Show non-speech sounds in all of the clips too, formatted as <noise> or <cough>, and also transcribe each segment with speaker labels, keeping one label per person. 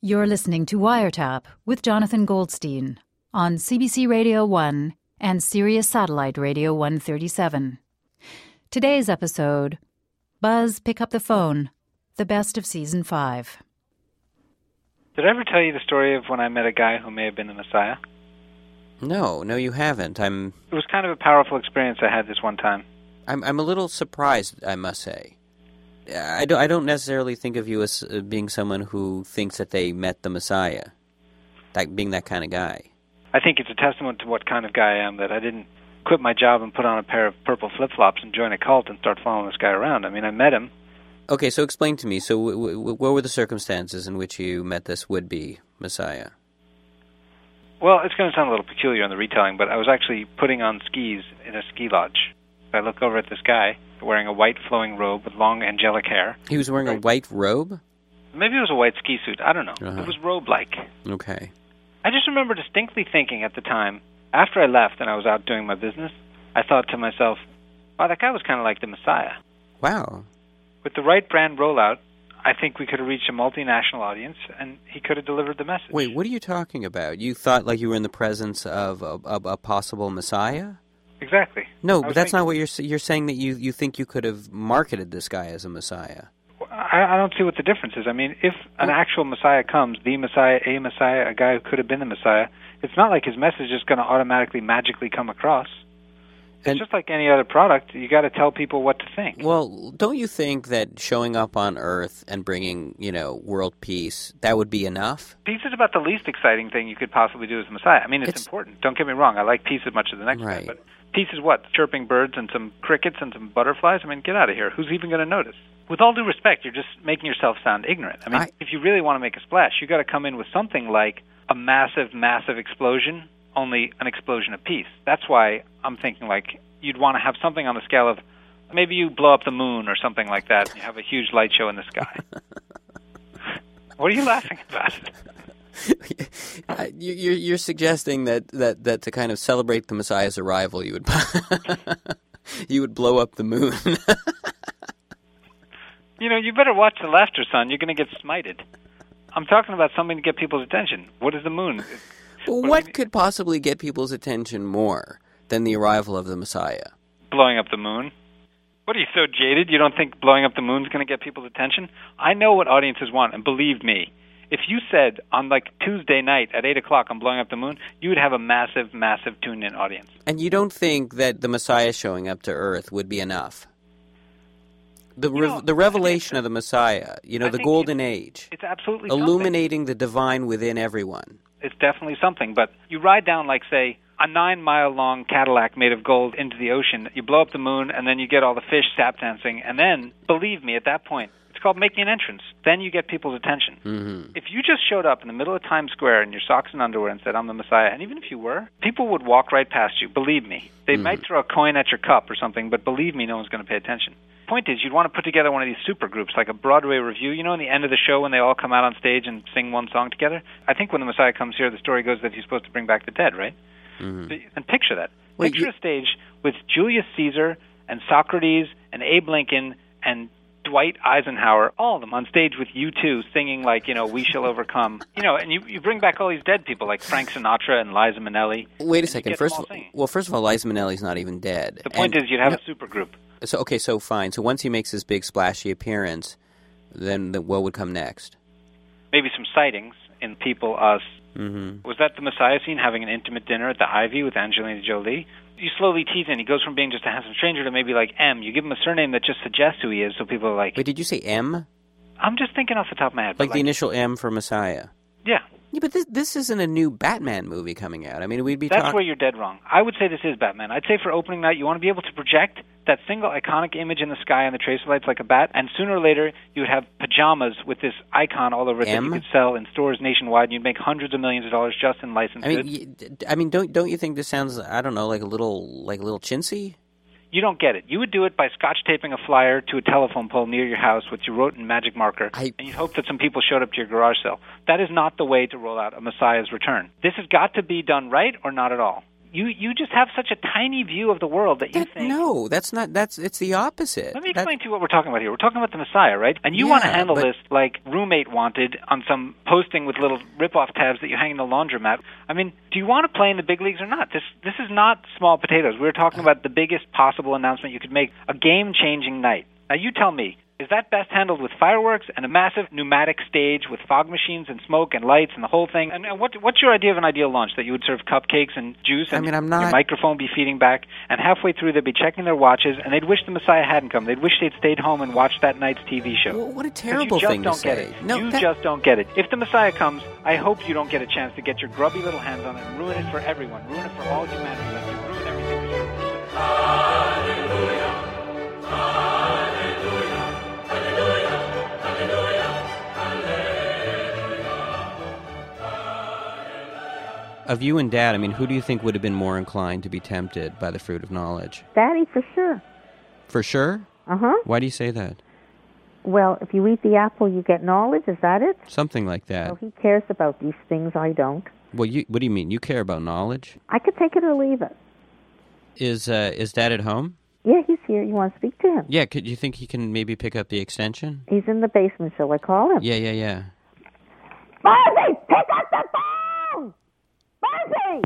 Speaker 1: You're listening to Wiretap with Jonathan Goldstein on CBC Radio 1 and Sirius Satellite Radio 137. Today's episode Buzz Pick Up the Phone, the best of season 5.
Speaker 2: Did I ever tell you the story of when I met a guy who may have been the Messiah?
Speaker 3: No, no, you haven't. I'm,
Speaker 2: It was kind of a powerful experience I had this one time.
Speaker 3: I'm, I'm a little surprised. I must say, I don't, I don't necessarily think of you as uh, being someone who thinks that they met the Messiah, that being that kind of guy.
Speaker 2: I think it's a testament to what kind of guy I am that I didn't quit my job and put on a pair of purple flip flops and join a cult and start following this guy around. I mean, I met him.
Speaker 3: Okay, so explain to me. So, w- w- w- what were the circumstances in which you met this would-be Messiah?
Speaker 2: Well, it's going to sound a little peculiar in the retelling, but I was actually putting on skis in a ski lodge. I look over at this guy wearing a white flowing robe with long angelic hair.
Speaker 3: He was wearing a white robe.
Speaker 2: Maybe it was a white ski suit. I don't know.
Speaker 3: Uh-huh.
Speaker 2: It was robe like.
Speaker 3: Okay.
Speaker 2: I just remember distinctly thinking at the time, after I left and I was out doing my business, I thought to myself, wow, that guy was kind of like the Messiah.
Speaker 3: Wow.
Speaker 2: With the right brand rollout, I think we could have reached a multinational audience and he could have delivered the message.
Speaker 3: Wait, what are you talking about? You thought like you were in the presence of a, a, a possible Messiah?
Speaker 2: Exactly.
Speaker 3: No,
Speaker 2: I
Speaker 3: but
Speaker 2: was
Speaker 3: that's not
Speaker 2: thinking-
Speaker 3: what you're s- you're saying. That you you think you could have marketed this guy as a Messiah.
Speaker 2: I, I don't see what the difference is. I mean, if an actual Messiah comes, the Messiah, a Messiah, a guy who could have been the Messiah, it's not like his message is going to automatically, magically come across. It's
Speaker 3: And-
Speaker 2: just like any other product. You got to tell people what to think.
Speaker 3: Well, don't you think that showing up on Earth and bringing, you know, world peace, that would be enough? <laughs>
Speaker 2: Peace is about the least exciting thing you could possibly do as a Messiah. I mean, it's,
Speaker 3: It's-
Speaker 2: important. Don't get me wrong. I like peace as much as the next
Speaker 3: Right.
Speaker 2: guy, but peace is what? Chirping birds and some crickets and some butterflies? I mean, get out of here. Who's even going to notice? With all due respect, you're just making yourself sound ignorant. I mean,
Speaker 3: I-
Speaker 2: if you really want to make a splash, you got to come in with something like a massive, massive explosion, only an explosion of peace. That's why I'm thinking like you'd want to have something on the scale of maybe you blow up the moon or something like that and you have a huge light show in the <laughs> sky. what are you laughing about?
Speaker 3: Uh, you- you're, you're suggesting that, that, that to kind of celebrate the Messiah's arrival, you would <laughs> you would blow up the moon. <laughs>
Speaker 2: You know, you better watch the laughter, son. You're going to get smited. I'm talking about something to get people's attention. What is the moon?
Speaker 3: Well, what could possibly get people's attention more than the arrival of the Messiah?
Speaker 2: blowing up the moon? What are you so jaded? You don't think blowing up the moon's going to get people's attention? I know what audiences want, and believe me, if you said on like Tuesday night at eight o'clock I'm blowing up the moon, you would have a massive, massive tune-in audience.
Speaker 3: And you don't think that the Messiah showing up to Earth would be enough? The,
Speaker 2: You
Speaker 3: re-
Speaker 2: know,
Speaker 3: the revelation of the Messiah, you know,
Speaker 2: I
Speaker 3: the
Speaker 2: think
Speaker 3: golden age,
Speaker 2: It's absolutely something.
Speaker 3: illuminating the divine within everyone.
Speaker 2: It's definitely something. But you ride down like say a nine-mile-long Cadillac made of gold into the ocean. You blow up the moon, and then you get all the fish sap dancing. And then, believe me, at that point, it's called making an entrance. Then you get people's attention.
Speaker 3: Mm-hmm.
Speaker 2: If you just showed up in the middle of Times Square in your socks and underwear and said, I'm the Messiah, and even if you were, people would walk right past you. Believe me. They might throw a coin at your cup or something, but believe me, no one's going to pay attention. Point is, you'd want to put together one of these super groups, like a Broadway review. You know, in the end of the show when they all come out on stage and sing one song together? I think when the Messiah comes here, the story goes that he's supposed to bring back the dead, right? So- And picture that.
Speaker 3: Well,
Speaker 2: picture
Speaker 3: you-
Speaker 2: a stage with Julius Caesar and Socrates and Abe Lincoln and Dwight Eisenhower, all of them on stage with you two singing like, you know, We Shall Overcome. You know, and you, you bring back all these dead people like Frank Sinatra and Liza Minnelli.
Speaker 3: Wait a
Speaker 2: and you
Speaker 3: second.
Speaker 2: get
Speaker 3: First
Speaker 2: them
Speaker 3: of
Speaker 2: all
Speaker 3: all,
Speaker 2: singing.
Speaker 3: well, first of all, Liza Minnelli's not even dead.
Speaker 2: the point is you'd have a supergroup.
Speaker 3: is, so okay, so fine. So once he makes his big splashy appearance, then the, what would come next?
Speaker 2: Maybe some sightings in People Us.
Speaker 3: Mm-hmm.
Speaker 2: Was that the Messiah scene having an intimate dinner at the Ivy with Angelina Jolie? You slowly tease in. He goes from being just a handsome stranger to maybe like M. You give him a surname that just suggests who he is, so people are like,
Speaker 3: Wait, did you say M?
Speaker 2: I'm just thinking off the top of my head. but
Speaker 3: Like the initial M for Messiah?
Speaker 2: yeah,
Speaker 3: Yeah, but this this isn't a new Batman movie coming out. I mean, we'd be
Speaker 2: that's
Speaker 3: talk-
Speaker 2: where you're dead wrong. I would say this is Batman. I'd say for opening night, you want to be able to project that single iconic image in the sky and the tracer lights like a bat, and sooner or later you would have pajamas with this icon all over it that you
Speaker 3: M?
Speaker 2: could sell in stores nationwide, and you'd make hundreds of millions of dollars just in licenses.
Speaker 3: I mean, y d I mean, don't don't you think this sounds? I don't know, like a little like a little chintzy.
Speaker 2: you don't get it. You would do it by scotch taping a flyer to a telephone pole near your house, which you wrote in magic marker,
Speaker 3: I-
Speaker 2: and you'd hope that some people showed up to your garage sale. That is not the way to roll out a Messiah's return. This has got to be done right or not at all. You you just have such a tiny view of the world that you
Speaker 3: That-
Speaker 2: think.
Speaker 3: no, that's not. That's it's the opposite.
Speaker 2: Let me
Speaker 3: That-
Speaker 2: explain to you what we're talking about here. We're talking about the Messiah, right? And you want to
Speaker 3: Yeah,
Speaker 2: handle
Speaker 3: but-
Speaker 2: this like roommate wanted on some posting with little rip-off tabs that you hang in the laundromat. I mean, do you want to play in the big leagues or not? This this is not small potatoes. We're talking about the biggest possible announcement you could make, a game-changing night. Now you tell me, is that best handled with fireworks and a massive pneumatic stage with fog machines and smoke and lights and the whole thing? And, and what what's your idea of an ideal launch that you would serve cupcakes and juice
Speaker 3: I
Speaker 2: and
Speaker 3: mean, I'm
Speaker 2: your
Speaker 3: not-
Speaker 2: microphone be feeding back, and halfway through they'd be checking their watches, and they'd wish the Messiah hadn't come. They'd wish they'd stayed home and watched that night's TV show.
Speaker 3: Well, what a
Speaker 2: 'Cause
Speaker 3: terrible
Speaker 2: you just
Speaker 3: thing to
Speaker 2: don't get
Speaker 3: say.
Speaker 2: It.
Speaker 3: No,
Speaker 2: you
Speaker 3: that-
Speaker 2: just don't get it. If the Messiah comes, I hope you don't get a chance to get your grubby little hands on it and ruin it for everyone, ruin it for all humanity, like you ruin everything. for sure.
Speaker 3: Of you and Dad, I mean, who do you think would have been more inclined to be tempted by the fruit of knowledge?
Speaker 4: Daddy, for sure.
Speaker 3: For sure.
Speaker 4: Uh huh.
Speaker 3: Why do you say that?
Speaker 4: Well, if you eat the apple, you get knowledge. Is that it?
Speaker 3: Something like that.
Speaker 4: So he cares about these things. I don't.
Speaker 3: Well, you. What do you mean? You care about knowledge?
Speaker 4: I could take it or leave it.
Speaker 3: Is uh, is Dad at home?
Speaker 4: Yeah, he's here. You want to speak to him?
Speaker 3: Yeah. Could you think he can maybe pick up the extension?
Speaker 4: He's in the basement. Shall I call him?
Speaker 3: Yeah, yeah, yeah.
Speaker 4: Marcy, pick up the phone! Marcy,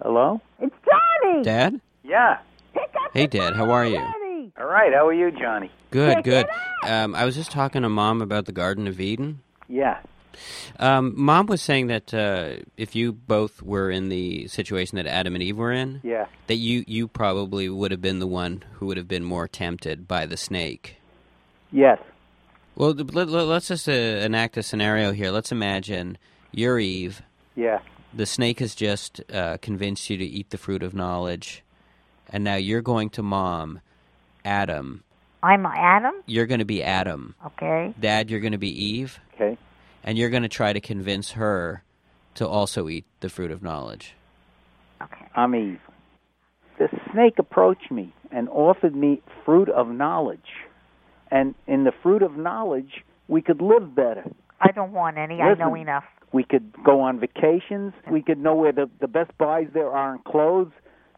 Speaker 5: Hello?
Speaker 4: it's Johnny.
Speaker 3: Dad.
Speaker 5: Yeah.
Speaker 4: Pick up
Speaker 3: Hey,
Speaker 4: the
Speaker 3: Dad,
Speaker 4: phone
Speaker 3: how are you?
Speaker 4: already.
Speaker 5: All right. How are you, Johnny?
Speaker 3: Good,
Speaker 4: Pick
Speaker 3: good.
Speaker 4: it
Speaker 3: Um, I was just talking to Mom about the Garden of Eden.
Speaker 5: Yeah.
Speaker 3: Um, Mom was saying that uh, if you both were in the situation that Adam and Eve were in,
Speaker 5: Yeah.
Speaker 3: that you you probably would have been the one who would have been more tempted by the snake.
Speaker 5: Yes.
Speaker 3: Well, th- let, let, let's just uh, enact a scenario here. Let's imagine you're Eve.
Speaker 5: Yeah.
Speaker 3: The snake has just uh, convinced you to eat the fruit of knowledge, and now you're going to Mom, Adam.
Speaker 4: I'm Adam.
Speaker 3: You're going to be Adam.
Speaker 4: Okay.
Speaker 3: Dad, you're going to be Eve.
Speaker 5: Okay.
Speaker 3: and you're going to try to convince her to also eat the fruit of knowledge.
Speaker 4: Okay.
Speaker 5: I'm Eve. The snake approached me and offered me fruit of knowledge. And in the fruit of knowledge, we could live better.
Speaker 4: I don't want any. I know
Speaker 5: Listen.
Speaker 4: enough.
Speaker 5: We could go on vacations. We could know where the, the best buys there are in clothes,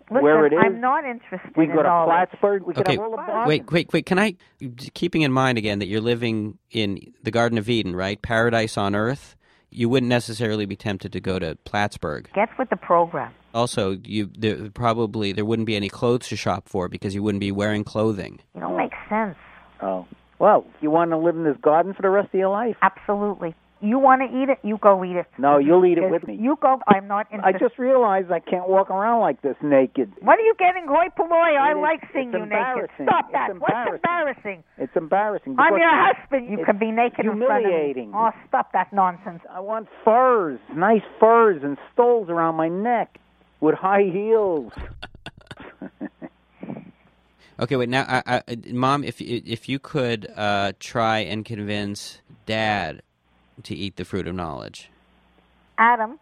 Speaker 4: Listen,
Speaker 5: where it is.
Speaker 4: I'm not interested
Speaker 5: we
Speaker 4: in
Speaker 5: could go to
Speaker 4: all this.
Speaker 5: Plattsburgh. We could
Speaker 3: okay,
Speaker 5: have all the
Speaker 3: wait, quick, quick. Can I, keeping in mind again that you're living in the Garden of Eden, right? Paradise on earth. You wouldn't necessarily be tempted to go to Plattsburgh.
Speaker 4: Get with the program.
Speaker 3: Also, you there, probably there wouldn't be any clothes to shop for because you wouldn't be wearing clothing.
Speaker 4: You don't make sense.
Speaker 5: Oh. Well, you want to live in this garden for the rest of your
Speaker 4: <laughs>
Speaker 5: life?
Speaker 4: Absolutely. You want to eat it? You go eat it.
Speaker 5: No, you'll eat it
Speaker 4: There's-
Speaker 5: with me.
Speaker 4: You go. I'm not
Speaker 5: I
Speaker 4: interested.
Speaker 5: just realized I can't walk around like this naked.
Speaker 4: What are you getting, hoi polloi? I
Speaker 5: It is-
Speaker 4: like
Speaker 5: it's
Speaker 4: seeing you naked.
Speaker 5: embarrassing.
Speaker 4: Stop
Speaker 5: It's
Speaker 4: that. What's embarrassing?
Speaker 5: embarrassing. It's embarrassing.
Speaker 4: I'm
Speaker 5: because
Speaker 4: your husband. You
Speaker 5: it's
Speaker 4: can be naked in front of me.
Speaker 5: humiliating.
Speaker 4: Oh, stop that nonsense.
Speaker 5: I want furs, nice furs and stoles around my neck with high heels.
Speaker 3: Okay, wait. Now, I, I, Mom, if you- if you could uh, try and convince Dad to eat the fruit of knowledge.
Speaker 4: Adam,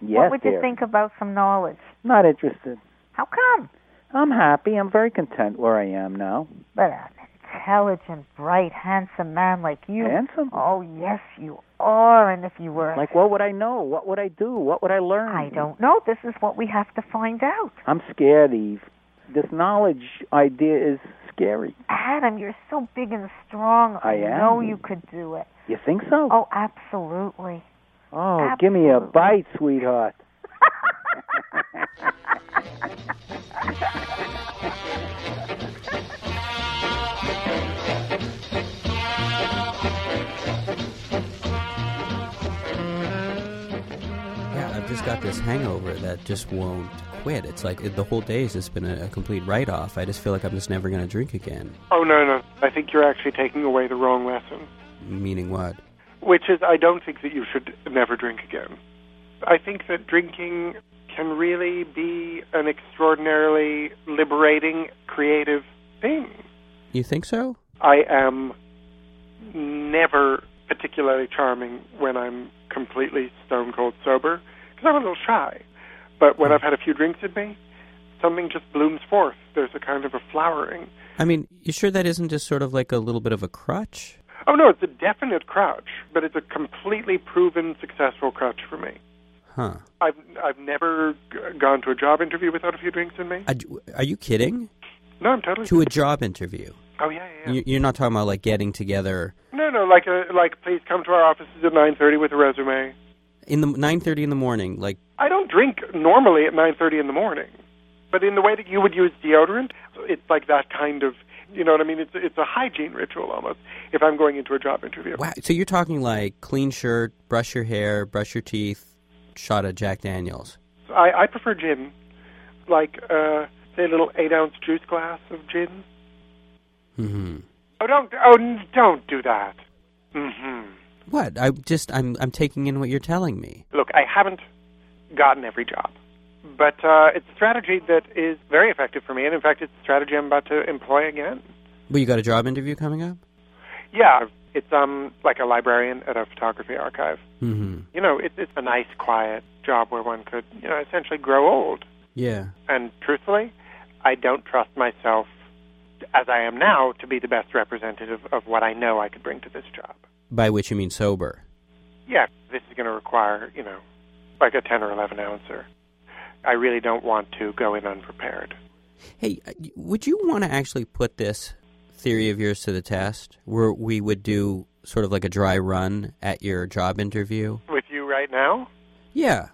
Speaker 5: Yes,
Speaker 4: what would you
Speaker 5: dear.
Speaker 4: think about some knowledge?
Speaker 5: Not interested.
Speaker 4: How come?
Speaker 5: I'm happy. I'm very content where I am now.
Speaker 4: But an intelligent, bright, handsome man like you.
Speaker 5: Handsome?
Speaker 4: Oh, yes, you are. And if you were.
Speaker 5: Like, what would I know? What would I do? What would I learn?
Speaker 4: I don't know. This is what we have to find out.
Speaker 5: I'm scared, Eve. This knowledge idea is scary.
Speaker 4: Adam, you're so big and strong.
Speaker 5: I am.
Speaker 4: know you could do it.
Speaker 5: You think so?
Speaker 4: Oh, absolutely.
Speaker 5: oh give me a
Speaker 4: absolutely. <laughs>
Speaker 5: bite, sweetheart.
Speaker 3: Yeah, I've just got this hangover that just won't quit. It's like it, the whole day has just been a, a complete write off. I just feel like I'm just never going to drink again.
Speaker 6: Oh, no, no. I think you're actually taking away the wrong lesson,
Speaker 3: Meaning what?
Speaker 6: which is I don't think that you should never drink again. I think that drinking can really be an extraordinarily liberating, creative thing.
Speaker 3: You think so?
Speaker 6: I am never particularly charming when I'm completely stone cold sober because I'm a little shy. But when I've had a few drinks in me, something just blooms forth. There's a kind of a flowering.
Speaker 3: I mean, you sure that isn't just sort of like a little bit of a crutch?
Speaker 6: Oh no, it's a definite crouch, but it's a completely proven successful crouch for me.
Speaker 3: Huh.
Speaker 6: I've I've never g- gone to a job interview without a few drinks in me.
Speaker 3: Are you- Are you kidding?
Speaker 6: No, I'm totally.
Speaker 3: To a job interview.
Speaker 6: oh yeah, yeah. yeah.
Speaker 3: You- You're not talking about like getting together
Speaker 6: no, no, like a, like please come to our offices at 9:30 with a resume.
Speaker 3: in the 9:30 in the morning. Like
Speaker 6: I don't drink normally at 9:30 in the morning, but in the way that you would use deodorant, it's like that kind of, you know what I mean? It's it's a hygiene ritual almost. If I'm going into a job interview,
Speaker 3: wow. So you're talking like clean shirt, brush your hair, brush your teeth, shot at Jack Daniels.
Speaker 6: I I prefer gin, like uh, say a little eight ounce juice glass of gin.
Speaker 3: hmm
Speaker 6: Oh, don't oh n- don't do that. hmm
Speaker 3: What? I just I'm I'm taking in what you're telling me.
Speaker 6: Look, I haven't gotten every job, but uh, it's a strategy that is very effective for me, and in fact, it's a strategy I'm about to employ again.
Speaker 3: Well, you got a job interview coming up.
Speaker 6: Yeah, it's um like a librarian at a photography archive.
Speaker 3: hmm
Speaker 6: You know, it, it's a nice, quiet job where one could, you know, essentially grow old.
Speaker 3: Yeah.
Speaker 6: And truthfully, I don't trust myself as I am now to be the best representative of what I know I could bring to this job.
Speaker 3: By which you mean sober.
Speaker 6: yeah, this is going to require, you know, like a 10 or 11 ouncer. I really don't want to go in unprepared.
Speaker 3: Hey, uh, y- would you want to actually put this theory of yours to the test, where we would do sort of like a dry run at your job interview?
Speaker 6: With you right now?
Speaker 3: Yeah,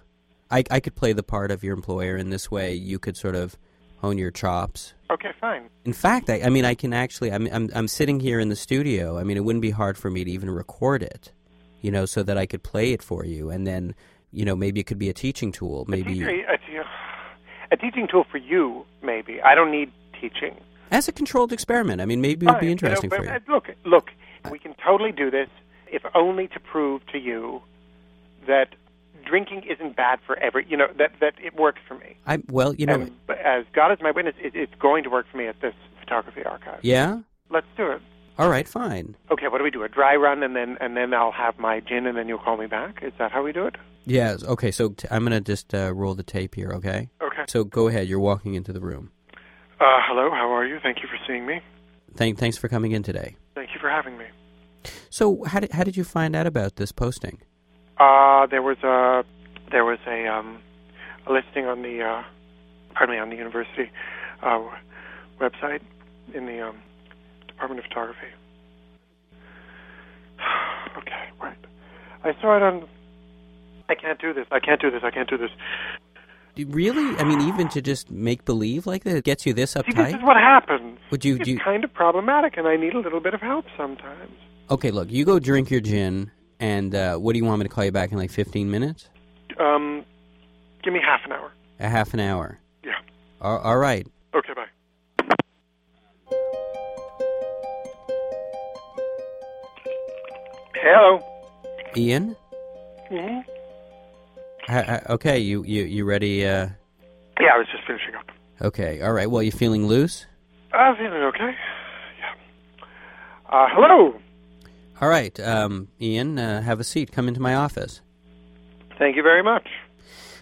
Speaker 3: I I could play the part of your employer in this way. You could sort of hone your chops.
Speaker 6: Okay, fine.
Speaker 3: In fact, I, I mean, I can actually. I'm, I'm I'm sitting here in the studio. I mean, it wouldn't be hard for me to even record it, you know, so that I could play it for you, and then you know maybe it could be a teaching tool.
Speaker 6: A,
Speaker 3: Maybe
Speaker 6: teacher, a, te- a teaching tool for you, maybe. I don't need teaching.
Speaker 3: as a controlled experiment. I mean, maybe it
Speaker 6: Fine,
Speaker 3: would be interesting
Speaker 6: you know,
Speaker 3: for you.
Speaker 6: but, uh, Look, look, we can totally do this, if only to prove to you that drinking isn't bad for every, you know, that, that it works for me.
Speaker 3: I well, you know,
Speaker 6: and, but as God is my witness, it, it's going to work for me at this photography archive.
Speaker 3: yeah.
Speaker 6: Let's do it.
Speaker 3: All right, fine.
Speaker 6: Okay, what do we do? A dry run, and then and then I'll have my gin, and then you'll call me back. Is that how we do it?
Speaker 3: Yeah. Okay. So t- I'm gonna just uh, roll the tape here. Okay.
Speaker 6: Okay.
Speaker 3: So go ahead. You're walking into the room.
Speaker 6: Uh, hello, how are you? Thank you for seeing me.
Speaker 3: Thank thanks for coming in today.
Speaker 6: Thank you for having me.
Speaker 3: So how did how did you find out about this posting?
Speaker 6: Uh, there was a there was a um, a listing on the uh, pardon me on the university uh, website in the um, Department of Photography. <sighs> okay, wait. I saw it on. I can't do this. I can't do this. I can't do this.
Speaker 3: Do you Really? I mean, even to just make believe like that it gets you this
Speaker 6: See, this <laughs>
Speaker 3: uptight.
Speaker 6: is what happens.
Speaker 3: Would you-
Speaker 6: It's
Speaker 3: do you-
Speaker 6: kind of problematic, and I need a little bit of help sometimes.
Speaker 3: Okay, look, you go drink your gin, and uh, what do you want me to call you back in like 15 minutes?
Speaker 6: Um, give me half an hour.
Speaker 3: A half an hour.
Speaker 6: Yeah.
Speaker 3: All, all right.
Speaker 6: Okay. Bye. Hello.
Speaker 3: Ian?
Speaker 6: hmm
Speaker 3: I, I, okay, you, you, you ready? Uh,
Speaker 6: Yeah, I was just finishing up.
Speaker 3: okay, all right. Well, you feeling loose?
Speaker 6: I'm Ah, feeling okay. Yeah. Uh, hello.
Speaker 3: All right, um, Ian, uh, have a seat. Come into my office.
Speaker 6: Thank you very much.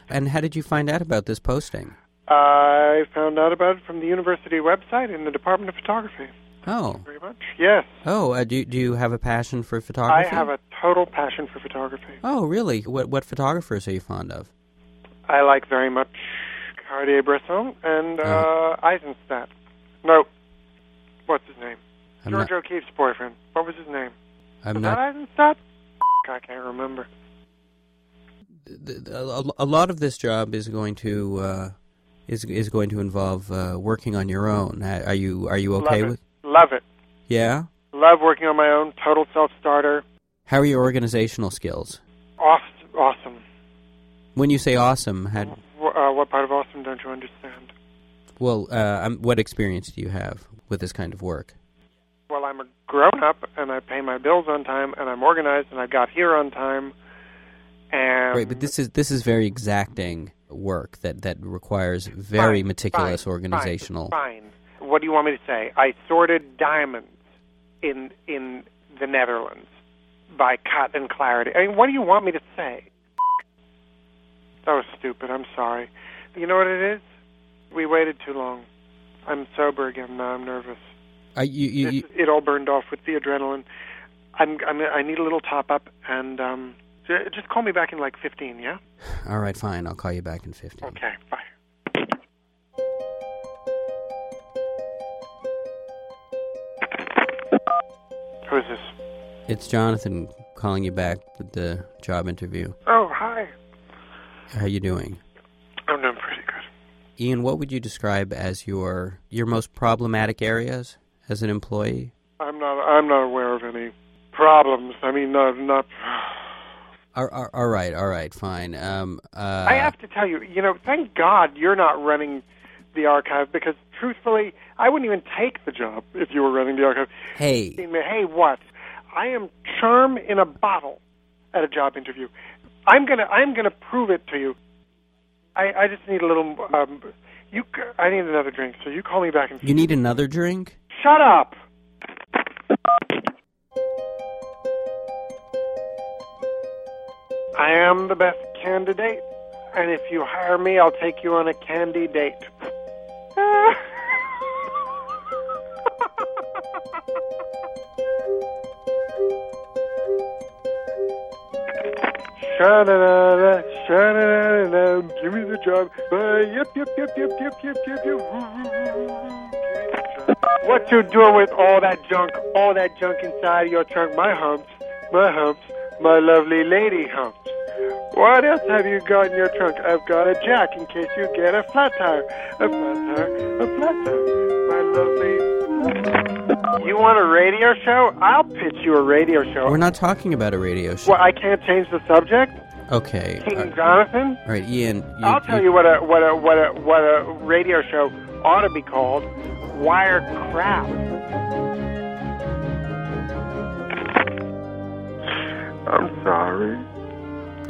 Speaker 3: And how did you find out about this posting?
Speaker 6: I found out about it from the university website in the Department of Photography.
Speaker 3: Oh,
Speaker 6: Very much. Yes.
Speaker 3: oh, uh, do, do you have a passion for
Speaker 6: I
Speaker 3: photography?
Speaker 6: have a total passion for photography.
Speaker 3: Oh, really? What, what photographers are you fond of?
Speaker 6: I like very much Cartier-Bresson and uh, Eisenstadt. No, what's his name?
Speaker 3: I'm
Speaker 6: George
Speaker 3: not-
Speaker 6: O'Keefe's boyfriend. What was his name?
Speaker 3: I'm
Speaker 6: was
Speaker 3: not.
Speaker 6: that Eisenstadt? I can't remember.
Speaker 3: th- th- a, a lot of this job is going to uh, is is going to involve uh, working on your own. A- Are you are you okay
Speaker 6: Love
Speaker 3: with?
Speaker 6: it. Love it.
Speaker 3: Yeah.
Speaker 6: Love working on my own. Total self-starter.
Speaker 3: How are your organizational skills?
Speaker 6: Aw- Awesome.
Speaker 3: When you say awesome, how,
Speaker 6: W- Uh, what part of awesome don't you understand?
Speaker 3: well, uh, um, what experience do you have with this kind of work?
Speaker 6: Well, I'm a grown-up, and I pay my bills on time, and I'm organized, and I got here on time, and...
Speaker 3: right, but this is this is very exacting work that that requires very
Speaker 6: Fine,
Speaker 3: meticulous
Speaker 6: fine,
Speaker 3: organizational.
Speaker 6: Fine, fine. What do you want me to say? I sorted diamonds in in the Netherlands by cut and clarity. I mean, what do you want me to say? That was stupid. I'm sorry. You know what it is? We waited too long. I'm sober again now. I'm nervous.
Speaker 3: Are Uh, you, you,
Speaker 6: This-
Speaker 3: you,
Speaker 6: it all burned off with the adrenaline. I'm, I'm I need a little top up, and um, J- Just call me back in like 15, yeah?
Speaker 3: All right, fine. I'll call you back in 15.
Speaker 6: Okay, bye. Who is this?
Speaker 3: It's Jonathan calling you back with the job interview.
Speaker 6: Oh, hi.
Speaker 3: How you doing?
Speaker 6: I'm doing pretty good.
Speaker 3: Ian, what would you describe as your your most problematic areas as an employee?
Speaker 6: I'm not. I'm not aware of any problems. I mean, not. not
Speaker 3: All, all, all right, all right, fine. Um, uh,
Speaker 6: I have to tell you, you know, thank God you're not running the archive because, truthfully, I wouldn't even take the job if you were running the archive.
Speaker 3: hey,
Speaker 6: saying, Hey, what? I am charm in a bottle at a job interview. I'm gonna, I'm gonna prove it to you. I, I just need a little. Um, you, c- I need another drink. So you call me back and
Speaker 3: you need another drink?
Speaker 6: shut up. I am the best candidate, and if you hire me, I'll take you on a candy date. <laughs> Sha-da-da-da, sha-da-da-da, give me the job. Uh, yep, yep, yep, yep, yep, yep, yep, yep. Woo, woo, woo, woo. Give me the job. What you doing with all that junk, all that junk inside your trunk? My humps, my humps, my lovely lady humps. What else have you got in your trunk? I've got a jack in case you get a flat tire, a flat tire, a flat tire. My lovely. You want a radio show? I'll pitch you a radio show.
Speaker 3: We're not talking about a radio show.
Speaker 6: Well, I can't change the subject.
Speaker 3: okay.
Speaker 6: King
Speaker 3: all-
Speaker 6: Jonathan.
Speaker 3: all right, Ian. You,
Speaker 6: I'll tell you what a what a what a what a radio show ought to be called. Wire crap. I'm sorry.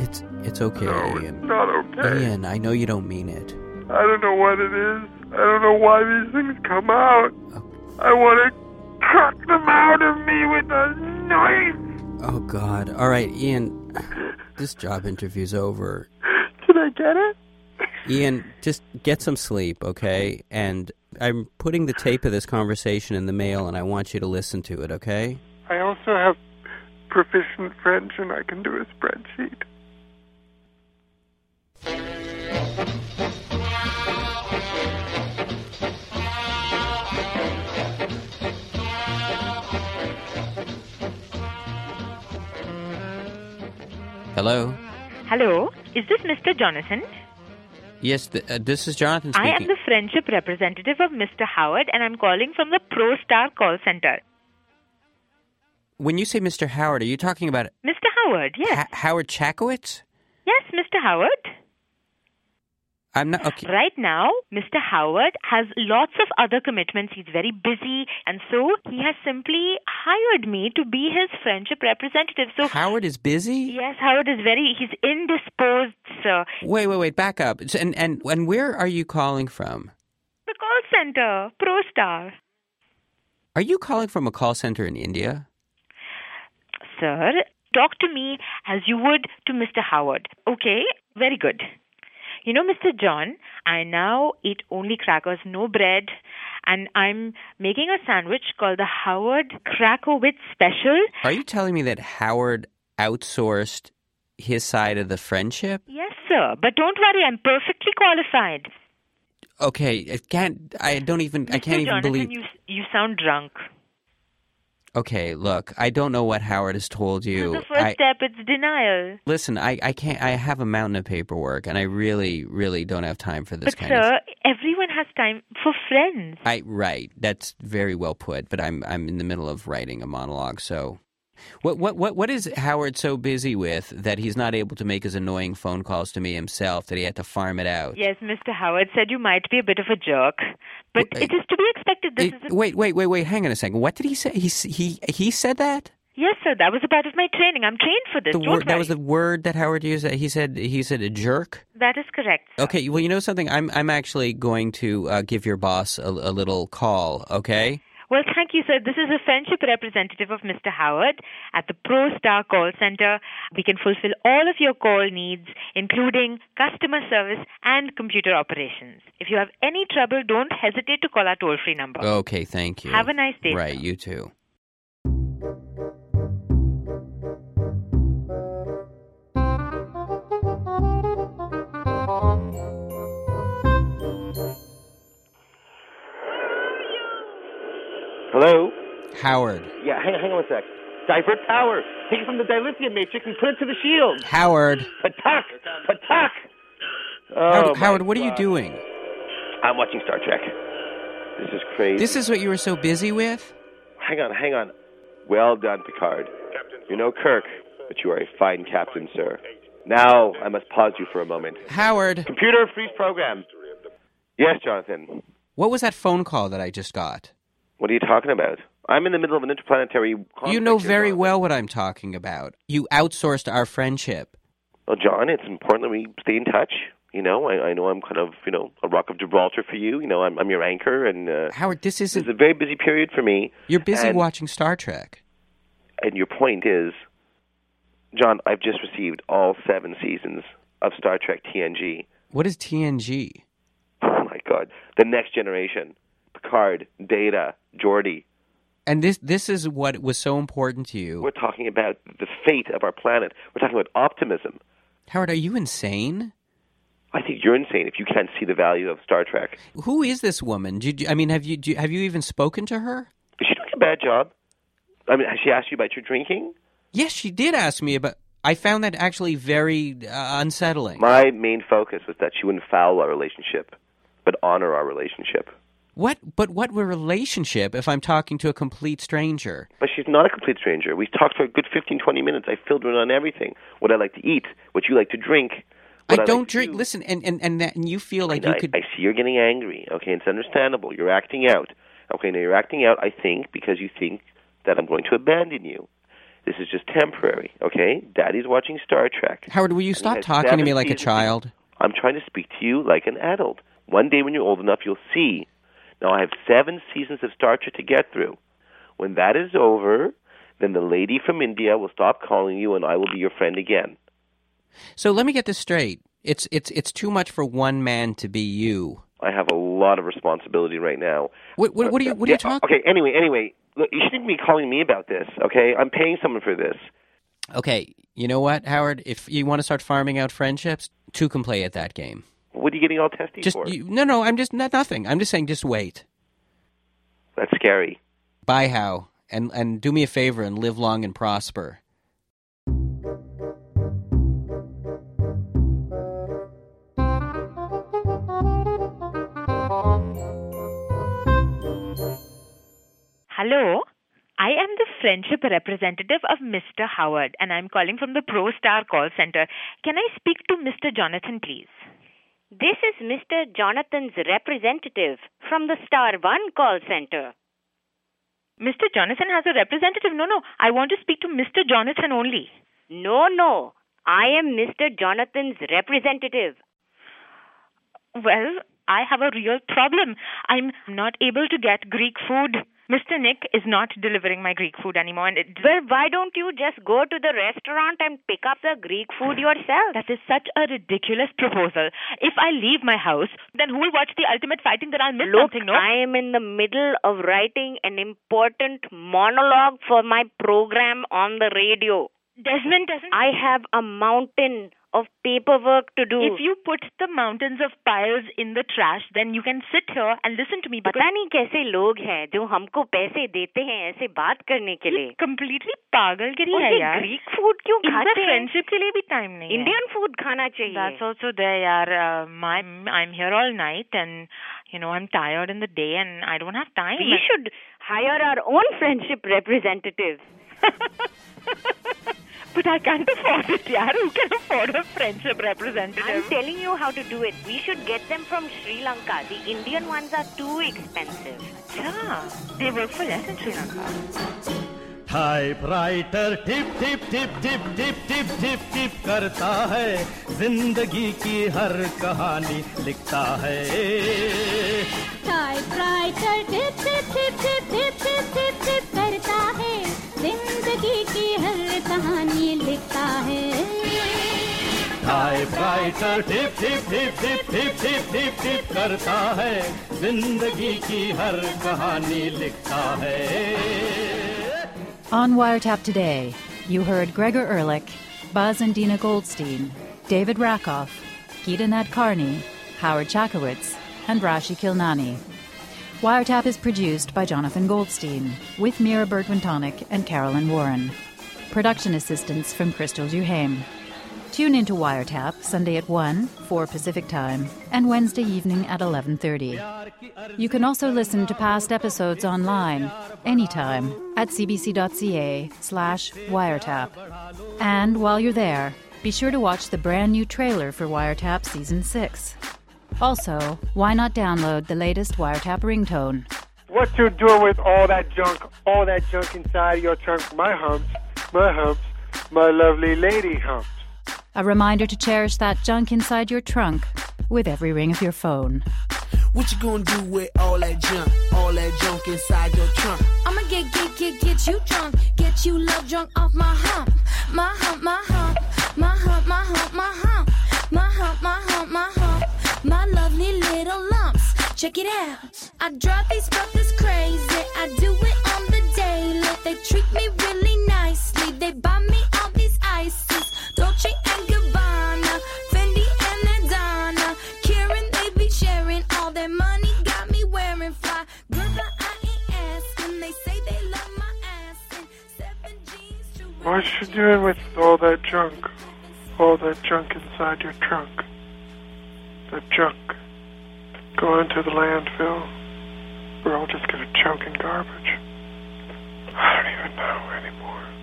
Speaker 3: It's it's okay,
Speaker 6: No, it's
Speaker 3: Ian.
Speaker 6: not okay.
Speaker 3: Ian, I know you don't mean it.
Speaker 6: I don't know what it is. I don't know why these things come out. I want to cut them out of me with a knife.
Speaker 3: Oh God! All right, Ian. This job interview's over.
Speaker 6: Can I get it?
Speaker 3: Ian, just get some sleep, okay? And I'm putting the tape of this conversation in the mail, and I want you to listen to it, okay?
Speaker 6: I also have proficient French, and I can do a spreadsheet.
Speaker 3: Hello.
Speaker 7: Hello, is this Mr. Jonathan?
Speaker 3: Yes, th- uh, this is Jonathan
Speaker 7: I
Speaker 3: speaking.
Speaker 7: am the friendship representative of Mr. Howard and I'm calling from the ProStar call center.
Speaker 3: When you say Mr. Howard, are you talking about
Speaker 7: Mr. Howard, yes.
Speaker 3: Ha- Howard Chakowitz?
Speaker 7: yes, Mr. Howard.
Speaker 3: I'm not okay.
Speaker 7: Right now, Mr. Howard has lots of other commitments. He's very busy and so he has simply hired me to be his friendship representative. So
Speaker 3: Howard is busy.
Speaker 7: Yes, Howard is very he's indisposed, sir.
Speaker 3: Wait, wait, wait. Back up. So- And and and where are you calling from?
Speaker 7: The call center, ProStar.
Speaker 3: Are you calling from a call center in India?
Speaker 7: Sir, talk to me as you would to Mr. Howard. Okay? Very good. You know, Mr. John, I now eat only crackers, no bread, and I'm making a sandwich called the Howard Crackowitz Special.
Speaker 3: Are you telling me that Howard outsourced his side of the friendship?
Speaker 7: Yes, sir, but don't worry, I'm perfectly qualified.
Speaker 3: Okay, I can't. I don't even. I
Speaker 7: Mr.
Speaker 3: can't even
Speaker 7: Jonathan,
Speaker 3: believe.
Speaker 7: you, you sound drunk.
Speaker 3: Okay, look. I don't know what Howard has told you.
Speaker 7: So the first
Speaker 3: I,
Speaker 7: step is denial.
Speaker 3: listen, I, I can't. I have a mountain of paperwork, and I really, really don't have time for this
Speaker 7: but,
Speaker 3: kind of.
Speaker 7: sir, everyone has time for friends.
Speaker 3: I right. That's very well put. But I'm I'm in the middle of writing a monologue, so. What what what what is Howard so busy with that he's not able to make his annoying phone calls to me himself? That he had to farm it out.
Speaker 7: Yes, Mr. Howard said you might be a bit of a jerk, but
Speaker 3: Wait,
Speaker 7: it is to be expected. This
Speaker 3: It-
Speaker 7: is a,
Speaker 3: wait wait wait wait. Hang on a second. What did he say? He s- he he said that.
Speaker 7: yes, sir. That was a part of my training. I'm trained for this.
Speaker 3: The
Speaker 7: Don't
Speaker 3: word that was the
Speaker 7: worry.
Speaker 3: word that Howard used. He said he said a Oh. jerk.
Speaker 7: That is correct. sir.
Speaker 3: Okay. Well, you know something. I'm I'm actually going to uh, give your boss a, a little call. Okay.
Speaker 7: Well, thank you, sir. This is a friendship representative of Mr. Howard at the ProStar Call Center. We can fulfill all of your call needs, including customer service and computer operations. If you have any trouble, don't hesitate to call our toll-free number.
Speaker 3: Okay. Thank you.
Speaker 7: Have a nice day,
Speaker 3: Right.
Speaker 7: sir.
Speaker 3: You too.
Speaker 8: Hello?
Speaker 3: Howard.
Speaker 8: Yeah, hang, hang on a sec. Divert power. Take it from the dilithium matrix and put it to the shield.
Speaker 3: Howard.
Speaker 8: Patak! Patak! Oh,
Speaker 3: Howard,
Speaker 8: my
Speaker 3: Howard, what are you
Speaker 8: God.
Speaker 3: doing?
Speaker 8: I'm watching Star Trek. This is crazy.
Speaker 3: This is what you were so busy with?
Speaker 8: Hang on, hang on. Well done, Picard. You're no Kirk, but you are a fine captain, sir. Now I must pause you for a moment.
Speaker 3: Howard,
Speaker 8: Computer, freeze program. Yes, Jonathan.
Speaker 3: what was that phone call that I just got?
Speaker 8: What are you talking about? I'm in the middle of an interplanetary.
Speaker 3: You
Speaker 8: conflict
Speaker 3: know
Speaker 8: here,
Speaker 3: very
Speaker 8: Jonathan.
Speaker 3: well what I'm talking about. You outsourced our friendship.
Speaker 8: Well, John, it's important that we stay in touch. You know, I, I know I'm kind of, you know, a rock of Gibraltar for you. You know, I'm, I'm your anchor, and uh,
Speaker 3: Howard, this
Speaker 8: this is
Speaker 3: isn't.
Speaker 8: a very busy period for me.
Speaker 3: You're busy
Speaker 8: and-
Speaker 3: watching Star Trek.
Speaker 8: and your point is, John, I've just received all seven seasons of Star Trek TNG.
Speaker 3: What is TNG?
Speaker 8: Oh my God, the Next Generation, Picard, Data, Geordi.
Speaker 3: And this this is what was so important to you.
Speaker 8: We're talking about the fate of our planet. We're talking about optimism.
Speaker 3: Howard, are you insane?
Speaker 8: I think you're insane if you can't see the value of Star Trek.
Speaker 3: Who is this woman? Did you, I mean, have you do, you- have you even spoken to her?
Speaker 8: Is she doing a bad job? I mean, has she asked you about your drinking?
Speaker 3: Yes, she did ask me about. I found that actually very uh, unsettling.
Speaker 8: My main focus was that she wouldn't foul our relationship, but honor our relationship.
Speaker 3: What? But what were relationship if I'm talking to a complete stranger?
Speaker 8: But she's not a complete stranger. We talked for a good fifteen, twenty minutes. I filled her in on everything. What I like to eat, what you like to drink. what
Speaker 3: I
Speaker 8: like
Speaker 3: don't
Speaker 8: to
Speaker 3: drink.
Speaker 8: do.
Speaker 3: Listen, and and and, that, and you feel like
Speaker 8: I,
Speaker 3: you
Speaker 8: I-
Speaker 3: could.
Speaker 8: I see you're getting angry. Okay, it's understandable. You're acting out. Okay, now you're acting out, I think, because you think that I'm going to abandon you. This is just temporary, okay? Daddy's watching Star Trek.
Speaker 3: Howard, will you
Speaker 8: And
Speaker 3: stop
Speaker 8: has
Speaker 3: talking to
Speaker 8: seven
Speaker 3: me like a
Speaker 8: seasons.
Speaker 3: child?
Speaker 8: I'm trying to speak to you like an adult. One day when you're old enough, you'll see. Now I have seven seasons of Star Trek to get through. When that is over, then the lady from India will stop calling you, and I will be your friend again.
Speaker 3: So let me get this straight. It's it's it's too much for one man to be you.
Speaker 8: I have a lot of responsibility right now.
Speaker 3: What what, what are you what are
Speaker 8: Yeah,
Speaker 3: you talking?
Speaker 8: Okay. Anyway, anyway, look, you shouldn't be calling me about this. Okay, I'm paying someone for this.
Speaker 3: Okay, you know what, Howard? If you want to start farming out friendships, two can play at that game.
Speaker 8: What are you getting all testy
Speaker 3: Just
Speaker 8: for?
Speaker 3: you, no, no. I'm just not nothing. I'm just saying, just wait.
Speaker 8: That's scary.
Speaker 3: Bye, how and and do me a favor and live long and prosper.
Speaker 7: Hello. I am the friendship representative of Mr. Howard, and I'm calling from the ProStar call center. Can I speak to Mr. Jonathan, please?
Speaker 9: This is Mr. Jonathan's representative from the Star One call center.
Speaker 7: Mr. Jonathan has a representative. No, no. I want to speak to Mr. Jonathan only.
Speaker 9: No, no, I am Mr. Jonathan's representative.
Speaker 7: Well, I have a real problem. I'm not able to get Greek food. Mr. Nick is not delivering my Greek food anymore, and it,
Speaker 9: Well, why don't you just go to the restaurant and pick up the Greek food yourself?
Speaker 7: That is such a ridiculous proposal. If I leave my house, then who will watch the ultimate fighting that I'll miss
Speaker 9: Look,
Speaker 7: something, no?
Speaker 9: I am in the middle of writing an important monologue for my program on the radio.
Speaker 7: Desmond doesn't.
Speaker 9: I have a mountain of paperwork to do.
Speaker 7: if you put the mountains of piles in the trash, then you can sit here and listen to me because
Speaker 9: पता <laughs> नहीं कैसे लोग हैं जो हमको पैसे देते हैं ऐसे बात करने के लिए
Speaker 7: ये completely पागल गिरी
Speaker 9: और
Speaker 7: है
Speaker 9: ये
Speaker 7: यार।
Speaker 9: ग्रीक फूड क्यों
Speaker 7: इनका
Speaker 9: खाते हैं
Speaker 7: friendship के लिए भी time नहीं है।
Speaker 9: इंडियन फूड खाना चाहिए
Speaker 7: That's also there, yaar. Um, I'm I'm here all night, and you know I'm tired in the day, and I don't have time.
Speaker 9: we should hire our own friendship representative
Speaker 7: <laughs> but I can't afford it, yaar. Who can afford a friendship
Speaker 9: i'm
Speaker 7: representative?
Speaker 9: telling you how to do it we should get them from sri lanka the indian ones are too expensive
Speaker 7: Achha, they work for less in Sri Lanka.
Speaker 10: Typewriter tip tip tip tip tip tip tip tip करता है जिंदगी की हर कहानी लिखता है
Speaker 11: typewriter tip tip tip tip tip tip tip tip करता है जिंदगी की हर कहानी लिखता है
Speaker 10: typewriter tip tip tip tip tip tip tip tip करता है जिंदगी की हर कहानी लिखता है
Speaker 1: On Wiretap Today, you heard Gregor Ehrlich, Buzz and Dina Goldstein, David Rakoff, Gita Nadkarni, Howard Chakowitz, and Rashi Kilnani. Wiretap is produced by Jonathan Goldstein with Mira Bergwintonic and Carolyn Warren. Production assistance from Crystal Duhame. Tune into Wiretap Sunday at 1, 4 Pacific Time, and Wednesday evening at 11:30. You can also listen to past episodes online anytime at cbc.ca/wiretap. And while you're there, be sure to watch the brand new trailer for Wiretap season 6. Also, why not download the latest Wiretap ringtone?
Speaker 6: What you do with all that junk, all that junk inside your trunk? My humps, my humps, my lovely lady humps.
Speaker 1: A reminder to cherish that junk inside your trunk with every ring of your phone.
Speaker 12: What you gonna do with all that junk? All that junk inside your trunk?
Speaker 13: I'ma get, get, get, get you drunk. Get you love drunk off my hump. My hump, my hump. My hump, my hump, my hump. My hump, my hump, my hump. My lovely little lumps. Check it out. I drive these brothers crazy. I do it on the daily. They treat me really nicely. They buy me all these ices. Dolce and Gabbana, Fendi and Adana. Karen, they be sharing all their money. Got me wearing fly. Girl, but I ain't asking. They say they love my ass. And seven jeans, true.
Speaker 6: What you doing with all that junk? All that junk inside your trunk. That junk. Going to the landfill. We're all just gonna choke in garbage. I don't even know anymore.